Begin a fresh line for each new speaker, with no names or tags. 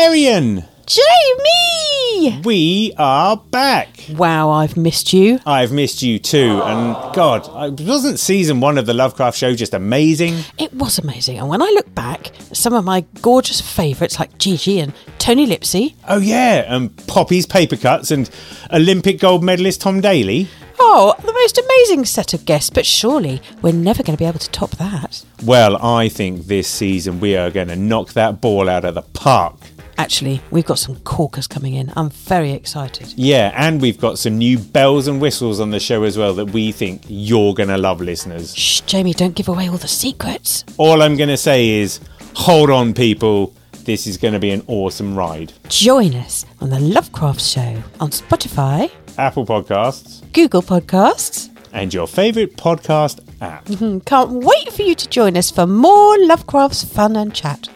Marion,
Jamie!
we are back.
Wow, I've missed you.
I've missed you too, and God, I- wasn't season one of the Lovecraft show just amazing?
It was amazing. And when I look back, some of my gorgeous favourites like Gigi and Tony Lipsy.
Oh yeah, and Poppy's paper cuts and Olympic gold medalist Tom Daly.
Oh, the most amazing set of guests, but surely we're never going to be able to top that.
Well, I think this season we are going to knock that ball out of the park.
Actually, we've got some corkers coming in. I'm very excited.
Yeah, and we've got some new bells and whistles on the show as well that we think you're going to love, listeners.
Shh, Jamie, don't give away all the secrets.
All I'm going to say is hold on, people. This is going to be an awesome ride.
Join us on The Lovecraft Show on Spotify,
Apple Podcasts
Google Podcasts.
and your favourite podcast app.
Can't wait for you to join us for more Lovecraft's fun and chat.